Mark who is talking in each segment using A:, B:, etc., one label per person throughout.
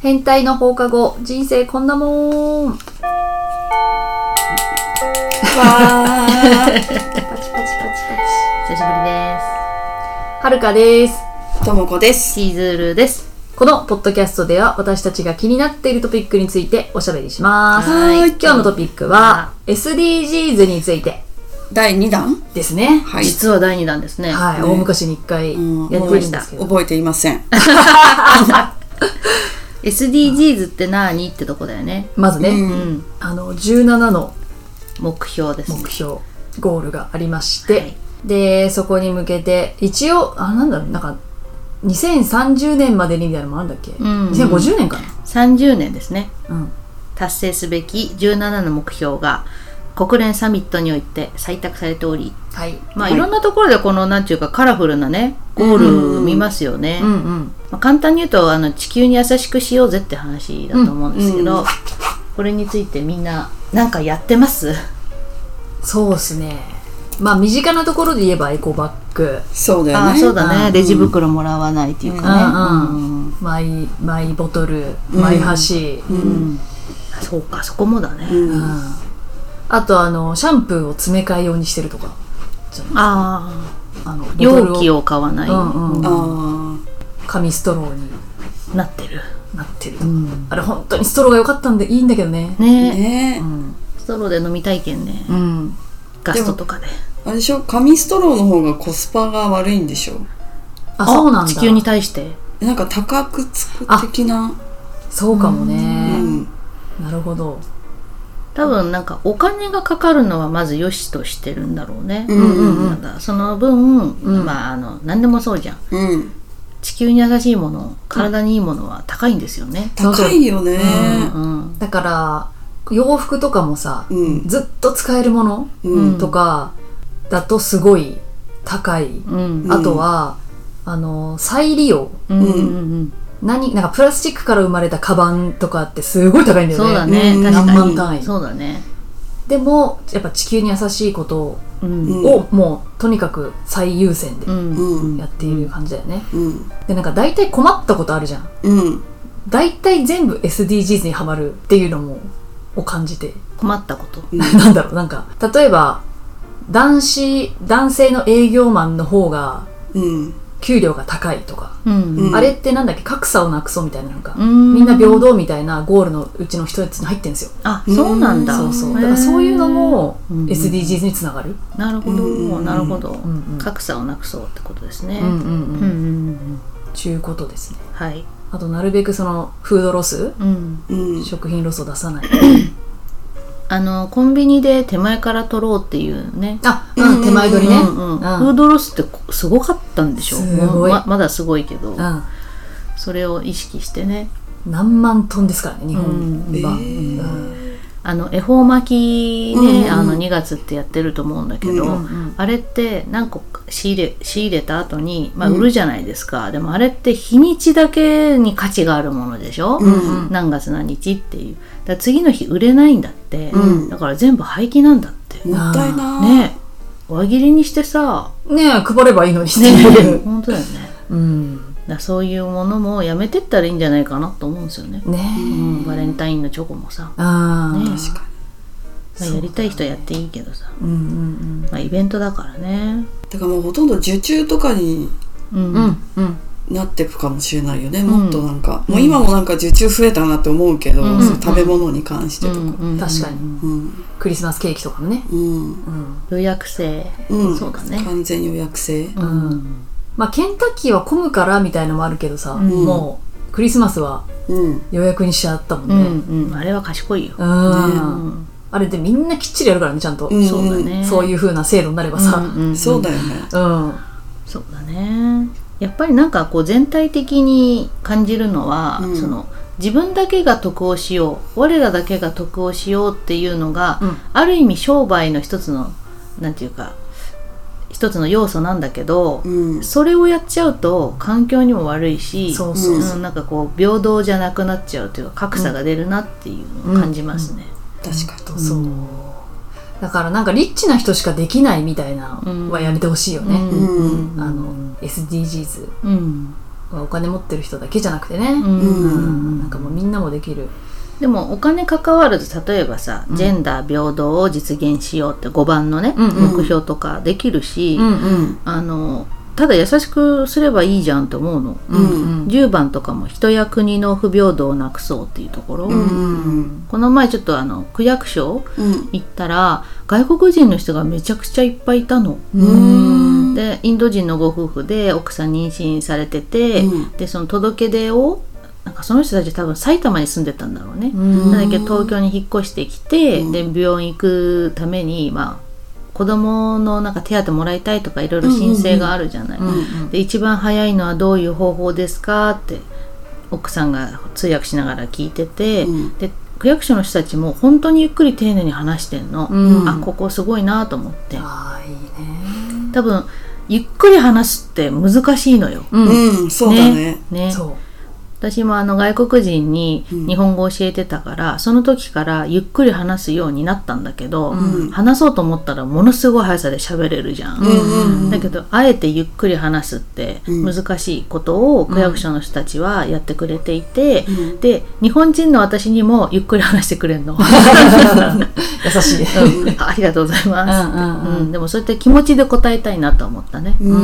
A: 変態の放課後人生こんなもん
B: わ
A: パチパチパチパチ
C: 久しぶりで
A: はるかです
B: ー。ともこです。
C: す。シズルです。
A: このポッドキャストでは私たちが気になっているトピックについておしゃべりします
B: はーい
A: 今日のトピックは SDGs について
B: 第2弾
A: ですね
B: は
C: 実は第二弾ですね。
A: はい、大昔に一回や
B: うん
A: ってるんですけど、
B: 覚えていません。
C: SDGs って何ってとこだよね。
A: まずね、
C: う。
B: うん
A: あの17の
C: 目標ですね。
A: 目標ゴールがありまして、
C: はい
A: でそこに向けて一応あなんだろうなんか2030年までにみたいなのもあるんだっけ、
C: んうん
A: 2050年かな
C: 30年ですね。
A: うん
C: 達成すべき17の目標が国連サミットにおいて採択されており、
A: はい
C: まあ、
B: はい
C: いろんなところでこの、なんていうかカラフルなね、ゴール見ますよね。
A: うんうん
C: まあ、簡単に言うとあの地球に優しくしようぜって話だと思うんですけど、
B: うんうん
C: これについてみんななんかやってます
A: そうですねまあ身近なところで言えばエコバッグ
B: そうだよ
C: あ
B: ね。
C: ーそうだね、
A: うん
C: レジ袋もらわないっていうかね、
A: うん
C: うん
A: マイマイボトル
B: うん
A: マイ箸、
B: う
C: うん
B: ん。
C: そうかそこもだね、
B: うん
A: うんあとあのシャンプーを詰め替え用にしてるとかじゃない
C: あ
A: あの
C: あ容器
A: を
C: を買わない、
A: うんうん
B: あ
A: 紙ストローに
C: なってる、
A: なってるとか、あれ本当にストローが良かったんでいいんだけどね
B: あ。
C: ね
B: ね
A: うん、
C: ストローで飲みたいけんね
A: うん、
C: ガストとかで
B: あれでしょ紙ストローの方がコスパが悪いんでしょ
A: あそうなんだ
C: 地球に対して
B: なんか高くつく的な。
A: そうかもね、
B: うん。
A: なるほど
C: 多分なんかお金がかかるのはまず良しとしてるんだろうね、
B: うんうん
A: うん
C: なんだその分、
A: うん
C: まああの何でもそうじゃん
B: うん。
C: 地球に優しいもの体にいいものは高いんですよね、
B: 高いよね。
C: うん
A: だから洋服とかもさ、
B: うん
A: ずっと使えるもの
B: うん。
A: とかだとすごい高い、
C: うん
A: あとはあの再利用
C: うんうん
A: 何なんかプラスチックから生まれたカバンとかってすごい高いんだよ
C: そ
A: ね
C: うだね、
B: うん
C: 確か
A: 何万単
C: に
A: 位
C: そうだね
A: でもやっぱ地球に優しいこと
C: うん
B: う
A: を、もうとにかく最優先で
C: うん、
B: うん。
A: やっている感じだよね、
B: うん。
A: でなんか大体困ったことあるじゃん
B: うん。
A: 大体全部 SDGs にはまるっていうのもを感じて、
C: 困ったこと
A: なんだろうなんか例えば男子男性の営業マンの方が
B: うん。
A: 給料が高いとか、
C: うん
B: うん
A: あれってなんだっけ格差をなくそうみたいななんか、
C: うん
A: みんな平等みたいなゴールのうちの一つに入ってんですよ、
C: あそうなんだ
A: そうそう
C: へー
A: だからそういうのも
C: うん
A: SDGs につながる、
C: なるほ
B: う
C: ど
B: ん
C: なるほど、
A: んうん
C: 格差をなくそうってことですね、
A: うんうんうん
C: うんうんうん
A: ちゅうことですね
C: はい、
A: あとなるべくそのフードロス
C: うん、
B: うん。
A: 食品ロスを出さない
C: あのコンビニで手前から取ろうっていうね
A: あ、うん、手前取りね、
C: うんうんフードロスってこすごかったんでしょ
A: すごい
C: ままだすごいけど、
A: うん
C: それを意識してね
A: 何万トンですからね日本
C: うん
A: は、
B: えー
A: うん
C: あの恵方巻きね、
B: うんうん
C: あの2月ってやってると思うんだけど、
B: うん
A: うん
C: あれって何個か仕入れ仕入れた後に、まあ、売るじゃないですか、でもあれって日にちだけに価値があるものでしょ、
B: うん
C: 何月何日っていうだから次の日売れないんだって、
B: うん
C: だから全部廃棄なんだって、
B: もったいな。
C: ねえ輪切りにしてさ、
A: ねえ配ればいいのにね
C: ね、 本当だよね
A: うん
C: だからそういうものもやめてったらいいんじゃないかなと思うんですよね、
A: ね
C: う
A: え
C: ん、バレンタインのチョコもさ、
A: ああ、
C: ね
B: 確かに。
C: まあやりたい人はやっていいけどさ、
A: うんうん
C: まあ、イベントだからね
B: だからもうほとんど受注とかに
C: うん、
A: うんうんうん
B: なってくかもしれないよね、
C: ん
B: もっとなんか、もう今もなんか受注増えたなって思うけど、
C: うん
B: そう食べ物に関してとか、
A: 確かに
B: うん
A: クリスマスケーキとかもね、
B: うん
A: うん、
C: 予約制、
B: うん
C: そうだね
B: 完全予約制、
C: うん
A: まあケンタッキーは混むからみたいのもあるけどさ、
C: ん
A: もうクリスマスは
B: うん
A: 予約にしちゃったもん
C: う
A: ね、うん
C: んうん、あれは賢いよ、うん
A: あれでみんなきっちりやるからねちゃんと、
B: うん
C: そうだね
A: そういう風な制度になればさ、
C: うんうん
B: そうだよね、
A: うん
C: そうだねやっぱりなんかこう全体的に感じるのは、
B: うん
C: その自分だけが得をしよう我らだけが得をしようっていうのが、
A: うん
C: ある意味商売の一つのなんていうか一つの要素なんだけど、
B: うん
C: それをやっちゃうと環境にも悪いし
A: そうそうそう、
C: んなんかこう平等じゃなくなっちゃうというか格差が出るなっていうのを感じますね。
B: 確か
A: とそうだからなんかリッチな人しかできないみたいなのはやめてほしいよね、
B: んう
A: あの SDGs
C: うん
A: はお金持ってる人だけじゃなくてね、
C: うん
A: うんなんかもうみなもできる
C: でもお金関わらず例えばさジェンダー平等を実現しようって5番のね、
A: うんうん
C: 目標とかできるし、
A: ん
B: うん
C: あのただ優しくすればいいじゃんと思うの、
B: うん
C: 10番とかも人や国の不平等をなくそうっていうところ、
B: うんうん
C: この前ちょっとあの区役所
B: うん
C: 行ったら外国人の人がめちゃくちゃいっぱいいたの。
B: うん
C: でインド人のご夫婦で奥さん妊娠されてて、
B: うん
C: でその届け出をなんかその人たち多分埼玉に住んでたんだろうね、
A: うん
C: なんだけど東京に引っ越してきて、
B: うん
C: で病院行くためにまあ子供のなんか手当もらいたいとかいろいろ申請があるじゃない、
A: うんうんうん
C: で一番早いのはどういう方法ですかって奥さんが通訳しながら聞いてて、
B: うん
C: で区役所の人たちも本当にゆっくり丁寧に話してんの、
A: うん
C: あここすごいなと思って
A: ああいいね
C: 多分ゆっくり話すって難しいのよ。
A: うん、
B: うんそうだね
C: ね
A: そう
C: 私もあの外国人に
B: うん
C: 日本語を教えてたから、その時からゆっくり話すようになったんだけど、
B: うん
C: 話そうと思ったらものすごい速さで喋れるじゃん。
B: うんうん
C: だけどあえてゆっくり話すって
B: うん
C: 難しいことを区役所の人たちはやってくれていて、
B: うん
C: で日本人の私にもゆっくり話してくれるの、
A: 優しい
C: うん ありがとうございますって、
A: うんうんうん
C: でもそうやって気持ちで答えたいなと思ったね、
B: う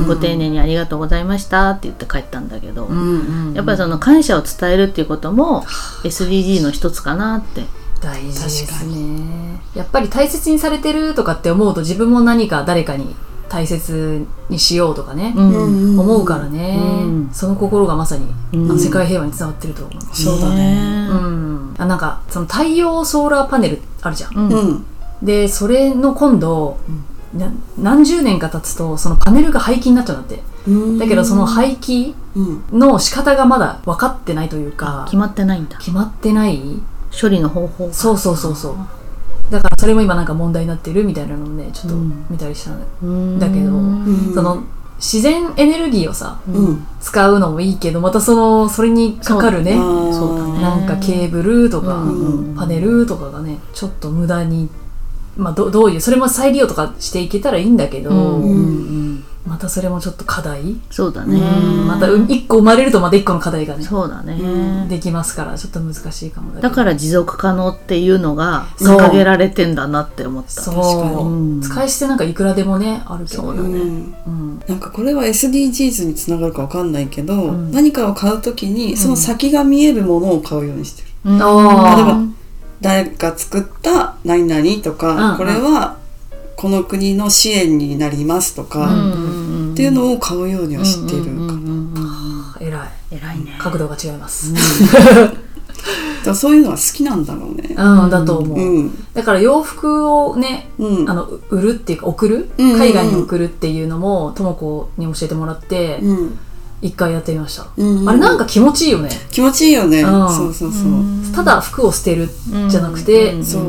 B: ん
C: ご丁寧にありがとうございましたって言って帰ったんだけど、
A: ん
C: やっぱりその感謝を伝えるっていうことも SDG の一つかなって。
A: 大事ですねやっぱり大切にされてるとかって思うと自分も何か誰かに大切にしようとかね、
C: うん
B: んん
A: 思うからね、
C: うん
A: その心がまさに、
C: うん
A: あの世界平和につながってると思う、
B: そうだね
A: うんあなんかその太陽ソーラーパネルあるじゃん
C: うん
B: うん
A: でそれの今度、な何十年か経つとそのパネルが廃棄になっちゃうんだって
B: うん
A: だけどその廃棄
B: うん
A: の仕方がまだ分かってないというか
C: 決まってないんだ
A: 決まってない
C: 処理の方法が
A: そうそうそうそうだからそれも今なんか問題になってるみたいなのをねちょっと
C: うん
A: 見たりしたの、
C: うん
A: だけど
B: うん
A: その自然エネルギーをさ
B: うん
A: 使うのもいいけどまたそのそれにかかるね
B: あー
C: そうだね
A: なんかケーブルとか、
B: うん
A: パネルとかがねちょっと無駄に、まあ、どどういうそれも再利用とかしていけたらいいんだけど、
C: うんうんうん
A: またそれもちょっと課題、
C: そうだね
B: うん
A: また1個生まれるとまた1個の課題がね
C: そうだね、
B: う
A: できますからちょっと難しいかも
C: だからら持続可能っていうのが
A: そう
C: 掲げられてんだなって思った
B: 確か
A: そう、
B: に
C: うん
A: 使い捨てなんかいくらでもねあるけど
C: そう
B: う
C: だね
B: ん
A: うん
B: なんかこれは SDGs につながるかわかんないけど、
C: ん
B: 何かを買うときにその先が見えるものを買うようにしてる、
C: うん
A: あ
B: ー誰が作った何々とか、
A: うん
B: これはこの国の支援になりますと
C: う
B: か、
C: んうんうん
B: っていうのを買うようには知っているか
C: うん
B: な、
C: うんうんうん
A: 偉い
C: 偉いね
A: 角度が違います、
B: だからそういうのは好きなんだろうね
A: うんだと思う、
B: うん
A: だから洋服をね
B: うん
A: あの売るっていうか送る、
B: うんうんうん
A: 海外に送るっていうのもとも子に教えてもらって
B: うん
A: 一回やってみました、
B: うん
A: あれなんか気持ちいいよね
B: 気持ちいいよね、
A: うん
B: そうそうそう、
A: ただ服を捨てるじゃなくて、
C: うん
B: そう、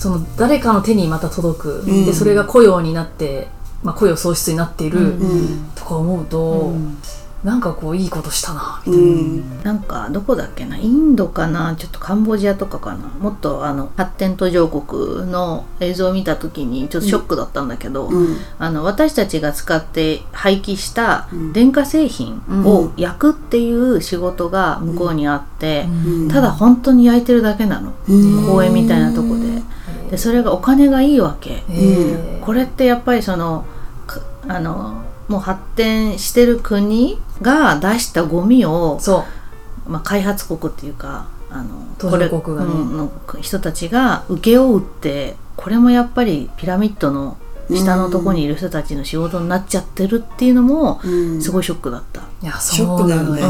A: その誰かの手にまた届く、
B: うん
A: でそれが雇用になって、まあ、雇用創出になっている、
C: うん
B: うん
A: とか思うと、
C: うん
A: なんかこういいことしたなみ
B: う
A: たいな、
B: ん
C: なんかどこだっけなインドかなちょっとカンボジアとかかなもっとあの発展途上国の映像を見た時にちょっとショックだったんだけど、
B: うん
C: あの私たちが使って廃棄した
B: うん
C: 電化製品を焼くっていう仕事が向こうにあって、ただ本当に焼いてるだけなの、
B: うん
C: 公園みたいなとこででそれがお金がいいわけ、
A: えー
C: これってやっぱりそのかあのもう発展してる国が出したゴミを
A: そう
C: まあ、開発国っていうかあの
A: 途上国がね
C: これうんの人たちが請け負うってこれもやっぱりピラミッドの下のとこにいる人たちの仕事になっちゃってるっていうのも
B: うん
C: すごいショックだった。
A: いや
B: ショ
A: そ
B: ッ
A: う
B: ク
A: な
B: だよ
A: の
B: ね、
A: よ、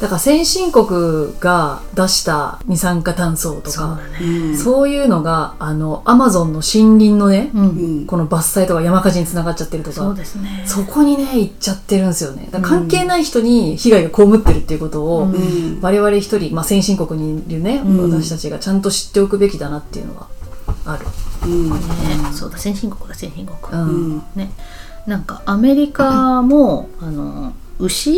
A: だから先進国が出した二酸化炭素と
C: そ
A: か
C: うだね
B: うん
A: そういうのがあのアマゾンの森林のね、
C: うん
B: うん
A: この伐採とか山火事につながっちゃってるとか
C: そうですね。
A: そこにね行っちゃってるんですよねだから関係ない人に被害が被ってるっていうことを、
C: うん
B: うん
A: 我々一人、まあ、先進国にいるね、
B: うん
A: 私たちがちゃんと知っておくべきだなっていうのはある、
B: うん
C: ねそうだ先進国だ先進国。
A: うん
B: うん
C: ね、なんかアメリカも、あの牛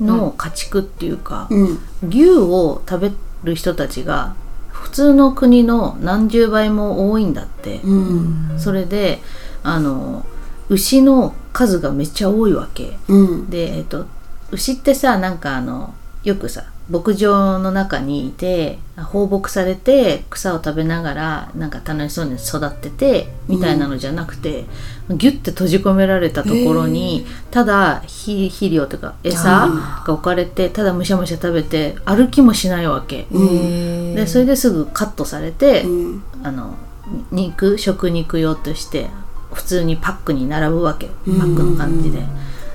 C: の家畜っていうか、
B: うん
C: 牛を食べる人たちが普通の国の何十倍も多いんだって、
B: うん
C: それであの牛の数がめっちゃ多いわけ
B: うん
C: で、えっと、牛ってさなんかあのよくさ牧場の中にいて放牧されて草を食べながらなんか楽しそうに育っててみたいなのじゃなくて、ギュッて閉じ込められたところに、ただ肥肥料というか餌
B: あ
C: が置かれてただむしゃむしゃ食べて歩きもしないわけ、
B: うん
C: でそれですぐカットされて、
B: うん
C: あの肉食肉用として普通にパックに並ぶわけパ
B: うん
C: ックの感じで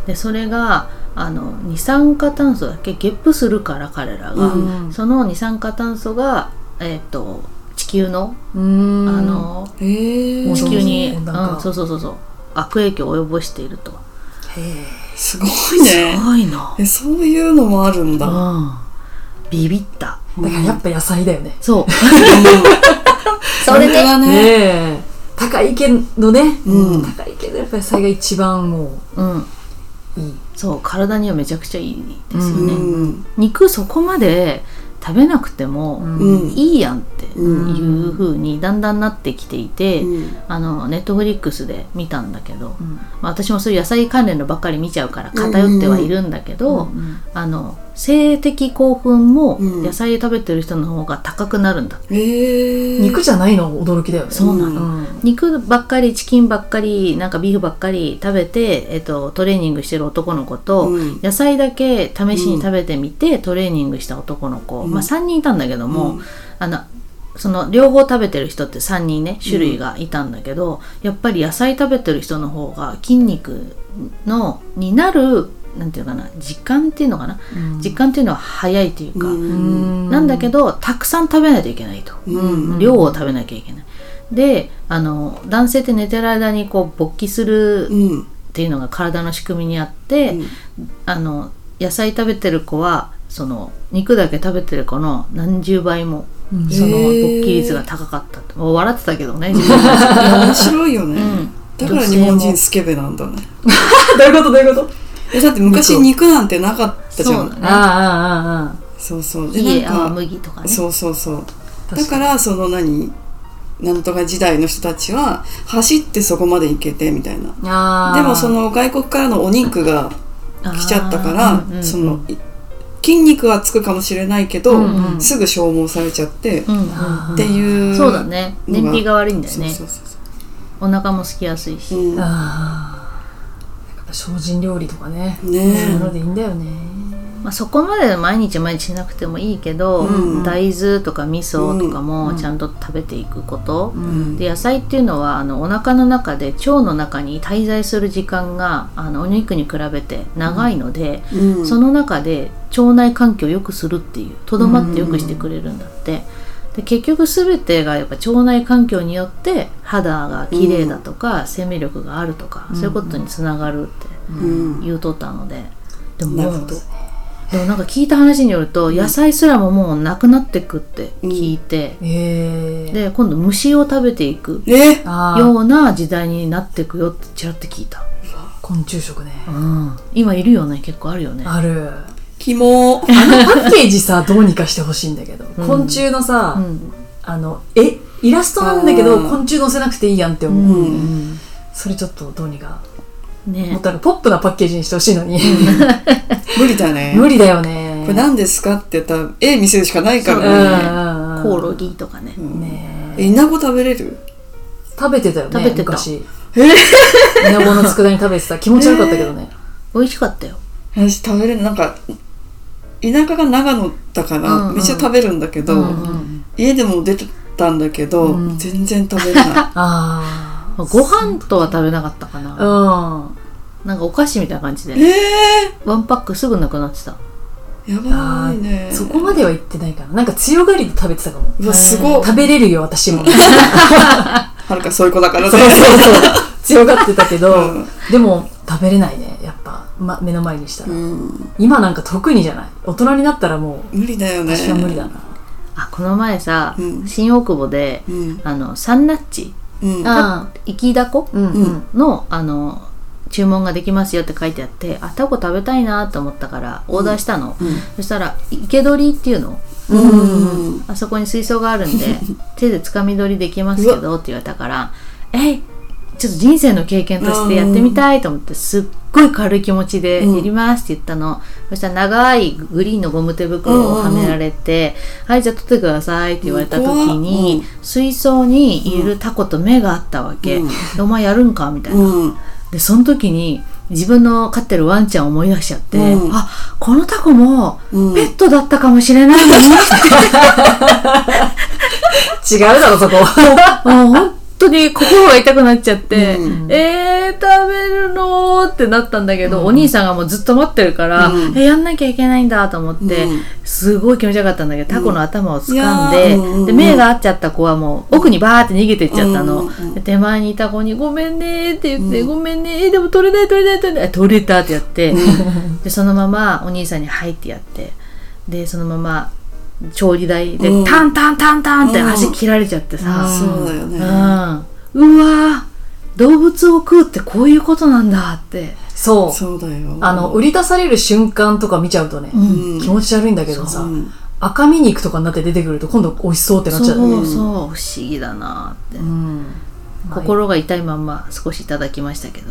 C: でそれがあの二酸化炭素だっけゲップするから彼らが、
B: うん
C: その二酸化炭素が、えー、と地球の,、
A: うん
C: あの
B: えー、
A: 地
C: 地球に、
A: 温
C: うん
A: 暖化、
C: そうそうそうそう悪影響を及ぼしていると
A: へえ
B: すごいね
C: すごいな、
B: えそういうのもあるんだ、
C: うん、ビビった
A: だからやっぱ野菜だよね
C: そう
B: それが
A: ね
B: ね
A: え高いけのね、
B: うん
A: 高いけどやっぱ野菜が一番も
C: うん
A: ういい
C: そう体にはめちゃくちゃいいですよね、
B: うん
C: 肉そこまで食べなくても、
A: うん
B: うん
C: いいやんってい
B: うん
C: う風にだんだんなってきていて、
B: うん
C: あのネットフリックスで見たんだけど、
A: ん
C: まあ、私もそういう野菜関連のばっかり見ちゃうから偏ってはいるんだけど、
A: うん
C: あの性的興奮も
B: うん
C: 野菜食べてる人の方が高くなるんだって、
B: えー、
A: 肉じゃないの驚きだよね
C: そうな
A: う
C: の、
A: ん
C: 肉ばっかりチキンばっかりなんかビーフばっかり食べて、えっと、トレーニングしてる男の子と、
B: うん
C: 野菜だけ試しに食べてみて、トレーニングした男の子、
B: うん
C: まあ、3人いたんだけども、
B: うん
C: あのその両方食べてる人って3人ね種類がいたんだけど、やっぱり野菜食べてる人の方が筋肉のになるなんていうかな時間っていうのかな、
A: うん
C: 時間っていうのは早いというか、
A: う
B: うん
A: ん
C: なんだけどたくさん食べないといけないと。
B: うん
C: 量を食べなきゃいけない。であの男性って寝てる間にこう勃起する
B: うん
C: っていうのが体の仕組みにあって、
B: うん
C: あの野菜食べてる子はその肉だけ食べてる子の何十倍も
A: うん
C: その
B: へー
C: 勃起率が高かったともう笑ってたけどね自 分は
B: いや面白いよね、
C: うん
B: だから日本人スケベなんだね
A: どういうことどういうこと
B: えだって昔肉なんてなかったじゃ
C: そう
B: ない
C: だね
A: あああああ
B: そうそうで
C: 家
B: な
C: は
B: んか
C: 麦とかね
B: そうそうそう
A: あ
B: だからその何なんとか時代の人たちは走ってそこまで行けてみたいな
A: あ
B: でもその外国からのお肉が
C: あー
B: 来ちゃったから、
C: うんうんうん
B: そのい筋肉はつくかもしれないけど、
C: うんうん
B: すぐ消耗されちゃって、
C: うんうん
A: あ
B: っていう
C: そうだね燃費が悪いんだよね
B: そうそうそう
C: お腹も空きやすいし、
B: そう、うん、ね
A: ああやっぱ精進料理とかねそういうの
B: え
A: でいいんだよね
C: まあ、そこまで毎日毎日しなくてもいいけど、
B: うん
C: 大豆とか味噌とかも
A: うん
C: ちゃんと食べていくこと、
A: うん
C: で野菜っていうのはあのお腹の中で腸の中に滞在する時間があのお肉に比べて長いので、
B: うん
C: その中で腸内環境を良くするっていうとどまって良くしてくれるんだって、で結局全てがやっぱ腸内環境によって肌が綺麗だとか、生命力があるとか、そういうことにつながるって
B: うん
C: 言うとったので。でも
B: なる
C: も
B: ほ
C: う
B: ど
C: でもなんか聞いた話によると、野菜すらももうなくなってくって聞いて、
A: ええ
C: で今度虫を食べていく
B: え
A: ああ
C: ような時代になってくよってちらって聞いた、
A: 昆虫食ね
C: うん、今いるよね結構あるよね
A: ある
B: キモ
A: あのパッケージさどうにかしてほしいんだけど昆虫のさ、
C: うん
A: あのえイラストなんだけど
B: あー
A: 昆虫載せなくていいやんって思う、
B: う
C: うんん
A: それちょっとどうにかも
C: ね
A: っとなんかポップなパッケージにしてほしいのに
B: 無理だね
A: 無理だよね
B: これ何ですかって言ったら絵見せるしかないか
A: う
C: そ
B: らね
A: んうんうん
C: コオロギとかね
B: うん
A: ねえ
B: えイナゴ食べれる
A: 食べてたよね
C: 食べてた
A: 昔イナゴの佃煮食べてた気持ち悪かったけどね、
C: 美味しかったよ
B: 私食べれるなんか田舎が長野だから、
C: うんうん
B: めっちゃ食べるんだけど、
C: うん
B: 家でも出てたんだけど、
A: うん
B: 全然食べれ な
A: あ
C: ご飯とは食べなかったか
A: あう
C: なんなんかお菓子みたいな感じ
B: い
C: で
B: え
C: ワンパックすぐなくなってた
B: ー、やばいね
A: そこまでは行ってないからなんか強がりで食べてたかも
B: うわすごい
A: 食べれるよ私も
B: はるかそういう子だからね
A: そうそうそう強がってたけど、
B: うん
A: でも食べれないねやっぱ、ま、目の前にしたら、
B: うん
A: 今なんか特にじゃない大人になったらもう
B: 無理だよね
A: 私は無理だな、
C: あこの前さ、
B: うん
C: 新大久保で
B: うん
C: あのサンナッチ
B: うん
A: あ
C: 生きだこ
A: うん
B: うん
C: のあの注文ができますよって書いてあってあタコ食べたいなと思ったからオーダーしたの、
B: うん
C: そしたら生け取りっていうの
B: うん
C: あそこに水槽があるんで 手でつかみ取りできますけどって言われたからえちょっと人生の経験としてやってみたいと思ってすっごい軽い気持ちで「
B: うん
C: やります」って言ったの、そしたら長いグリーンのゴム手袋をはめられて「はいじゃあ取ってください」って言われた時に、水槽にいるタコと目があったわけ「
B: うん
C: でお前やるんか?」みたいな。
B: うん
C: でその時に自分の飼ってるワンちゃんを思い出しちゃって、
B: うん
C: あこのタコも
B: うん
C: ペットだったかもしれないのに、
A: 違うだろ、そこ。
C: もう本当に心が痛くなっちゃって、
B: う
C: えー、食べるのーってなったんだけど、お兄さんがもうずっと待ってるから、
B: うん
C: えやんなきゃいけないんだと思って、
B: うん
C: すごい気持ちよかったんだけどタコの頭を掴んで,、
B: うんいやーうん
C: で目が合っちゃった子はもう奥にバーって逃げてっちゃったの、
B: うんうん
C: で手前にいた子に「ごめんね」って言って「
B: うん
C: ごめんねでも取れない取れない取れないあ取れた」ってやって、でそのままお兄さんに「はい」ってやってでそのまま調理台で、
B: うん
C: タンタンタンタンって足切られちゃってさ、
B: そうだよね。
C: うん、うわー動物を食うってこういうことなんだって、
A: そう。
B: そうだよ。
A: あの、売り出される瞬間とか見ちゃうとね、
B: ん
A: 気持ち悪いんだけど
B: う
A: さ、
B: ん、
A: 赤身肉とかになって出てくると今度美味しそうってなっ
C: そう
A: ちゃう
C: そ
A: ね。
C: う不思議だなって、
A: うん。
C: 心が痛いまんま少しいただきましたけど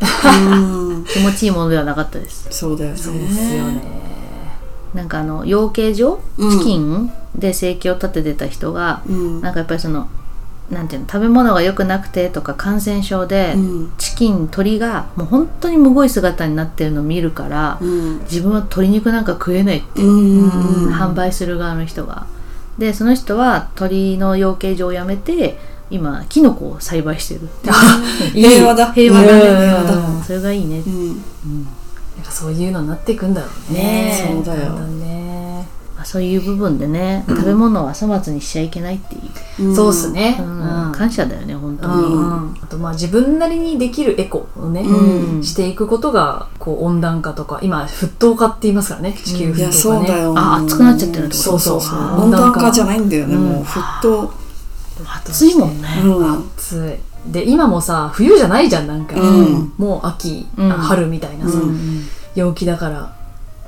B: うん、
C: 気持ちいいものではなかったです
B: そうだよね。
A: そうですよね。
C: なんかあの養鶏場、
B: うん
C: チキンで生計を立ててた人が、
B: うん。
C: なんかやっぱりそのなんていうの食べ物が良くなくてとか感染症で、
B: うん
C: チキン鳥がもう本当にむごい姿になってるのを見るから、
B: うん
C: 自分は鶏肉なんか食えないって
B: うんうん
C: 販売する側の人がでその人は鳥の養鶏場をやめて今キノコを栽培してるって
B: 平和だ。
C: 平和だね平和
B: だ。
C: だそれがいいね
B: うん、
A: なんかそういうのになっていくんだろうね。
C: ねえ
B: そうだよ
A: んんね。
C: まあそういう部分でね食べ物は粗末にしちゃいけないっていう、
B: うん
A: そうっす。ね。
C: うん感謝だよね本当
A: う
C: に、
A: んあとまあ自分なりにできるエコをね、
B: うん
A: していくことがこう温暖化とか今沸騰化って言いますからね地球
B: いや、
A: 沸騰
B: そ
A: 化
B: うだ
A: ね、
B: よ。
C: あ熱くなっちゃってるってこと
A: そうそうそう
B: 温暖化じゃないんだよね、
A: うん
B: もう沸騰。
C: 暑いもんね、
B: うん、
A: 暑いで今もさ冬じゃないじゃんなんか、
B: うん
A: もう秋、
C: うん
A: あ春みたいなさ、
B: うん
A: 陽気だから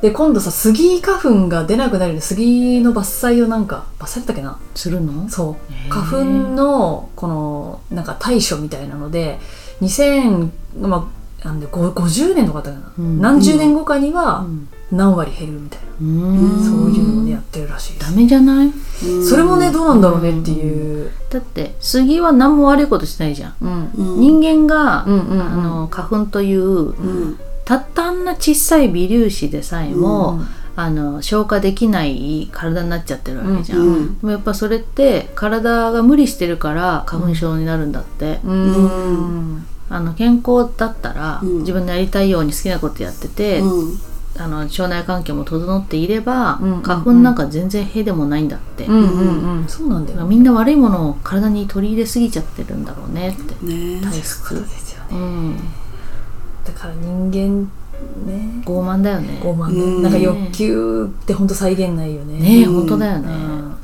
A: で今度さ杉花粉が出なくなるの杉の伐採をなんか伐採だったっけな
C: するの
A: そう
C: へー
A: 花粉のこのなんか対処みたいなので2000、まあ、なんでご50年とかだったかな、
C: うん
A: 何十年後かには
C: ん
A: 何割減るみたいな、
C: うん
A: そういうのでやってるらしいで
C: ダ
A: す
C: メじゃない
B: うん
A: それもねどうなんだろうねっていう、
C: だって杉は何も悪いことしないじゃん、
A: うん、
B: うん
C: 人間が、
A: うんうんうん
C: あの花粉という
B: うん、
C: たったあんな小さい微粒子でさえも、あの消化できない体になっちゃってるわけじゃん、
B: うん
C: でもやっぱそれって体が無理してるから花粉症になるんだって、
A: うん
C: あの健康だったら、
B: うん
C: 自分のやりたいように好きなことやってて、
B: うん
C: あの腸内環境も整っていれば、
A: うん
C: 花粉なんか全然屁でもないんだって、
A: うんうんうんそうなんだよ
C: みんな悪いものを体に取り入れすぎちゃってるんだろうねって、
B: ね
A: そういうことですよ
C: う
A: ね
C: ん、
A: だから人間ね
C: 傲慢だよね
A: 傲慢
B: う
A: ね
B: ん
A: なんか欲求ってほんと再現ないよね
C: ねえ、
B: うん
C: 本当だよね、
A: うん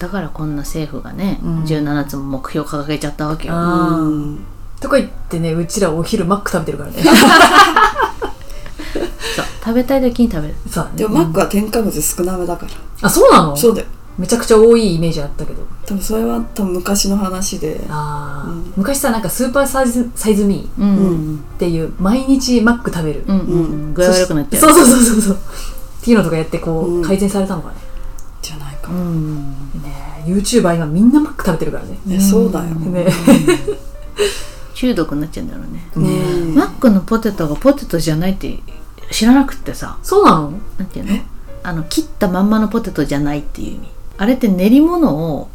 C: だからこんな政府がね、
A: うん
C: 17つも目標掲げちゃったわけよ、
A: あー
B: うん、
A: とか言ってねうちらお昼マック食べてるからね
C: そう食べたい時に食べる
A: そうだね
B: でもマックは添加物少なめだから、
A: あそうなの
B: そうだよ
A: めちゃくちゃ多いイメージあったけど
B: 多分それは多分昔の話で
A: あー、
B: うん
A: 昔さなんかスーパーサイズサイズミ
C: うんう
B: うん
A: ーっていう毎日マック食べる、
C: うんうん、具合悪くなっちゃう
A: そうそうそうそうそうっていうのとかやってこう、
B: うん
A: 改善されたのかね
B: じゃないか
C: う
B: な、
C: ん
A: ねえ YouTuber 今みんなマック食べてるからね
B: ねそうだよ、
A: ね
C: 中毒になっちゃうんだろうね、
B: ねえ
C: マックのポテトがポテトじゃないって知らなくってさ
A: そうなの
C: なんていうのあの切ったまんまのポテトじゃないっていう意味あれって練り物を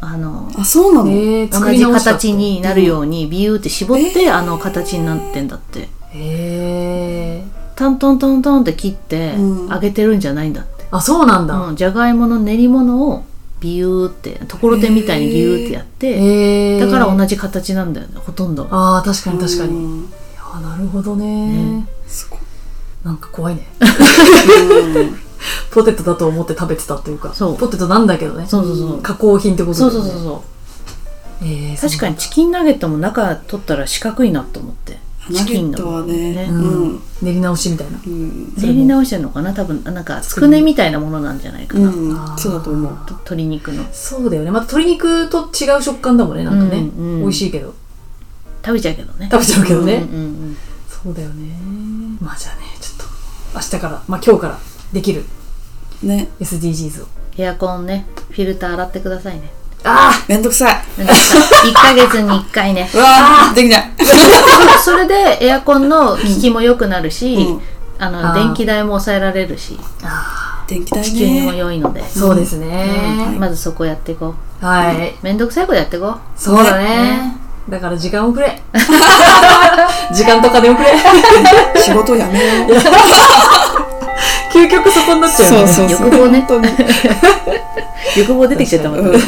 C: あの
B: あそうなの、
A: えー、
C: 同
A: 作り
C: じ
A: 直したって
C: 形になるようにビューって絞って、
B: えー
C: あの形になってんだって
A: へえ
C: タントントントンって切って
B: うん
C: 揚げてるんじゃないんだって、
A: あそうなんだ、
C: うん、じゃがいもの練り物をビューってところてんみたいにギューってやって、
A: へえ
C: だから
A: じ
C: 同じ形なんだよねほとんどが
A: ああ確かに確かに、い
B: うん
A: やーなるほどね
C: ね
B: すごい、
A: なんか怖いね
B: うん
A: ポテトだと思って食べてたというか
C: そう
A: ポテトなんだけどね
C: そうそうそう
A: 加工品ってこと
C: そう
A: だ
C: そ
A: よ
C: う
A: ね
C: そうそう
A: えー、
C: 確か
A: に
C: にチキンナゲットも中取ったら四角いなと思って
B: ナゲットはね
C: チキン
B: う
C: のね
B: ん、
A: 練り直しみたいな
B: うん
C: 練り直してるのかな多分なんかつくねみたいなものなんじゃないか
B: う
C: な、
B: ん、そうだと思う
C: と鶏肉の
A: そうだよねまた鶏肉と違う食感だもんねなんかね、
C: うんうん
A: 美味しいけど
C: 食べちゃうけどね
A: 食べちゃうけどね、
C: うんうんうん
A: そうだよねまあじゃあねちょっと明日からまあ今日からできる
B: ね
A: SDGs を
C: エアコンねフィルター洗ってくださいね
A: あ
B: めんどくさい
C: 1ヶ月に1 回ね
B: うわーできない
C: それでエアコンの効きも良くなるし、
B: うん
C: あ
A: あ
C: の
A: ー
C: 電気代も抑えられるし
A: あ
B: 電気代
C: 地球にも
B: ね
C: 良いので、
A: ーそうですね、
B: うん
C: まずそこやっていこう
A: はい、
C: めんどくさいことやっていこう
A: そうだね
C: ね
A: だから時間をくれ 時間と金をくれ
B: 仕事や めよう
A: 究極そこになっちゃうよね
C: 欲望ね
B: 本当に
C: 欲望出てきちゃったもん
B: うん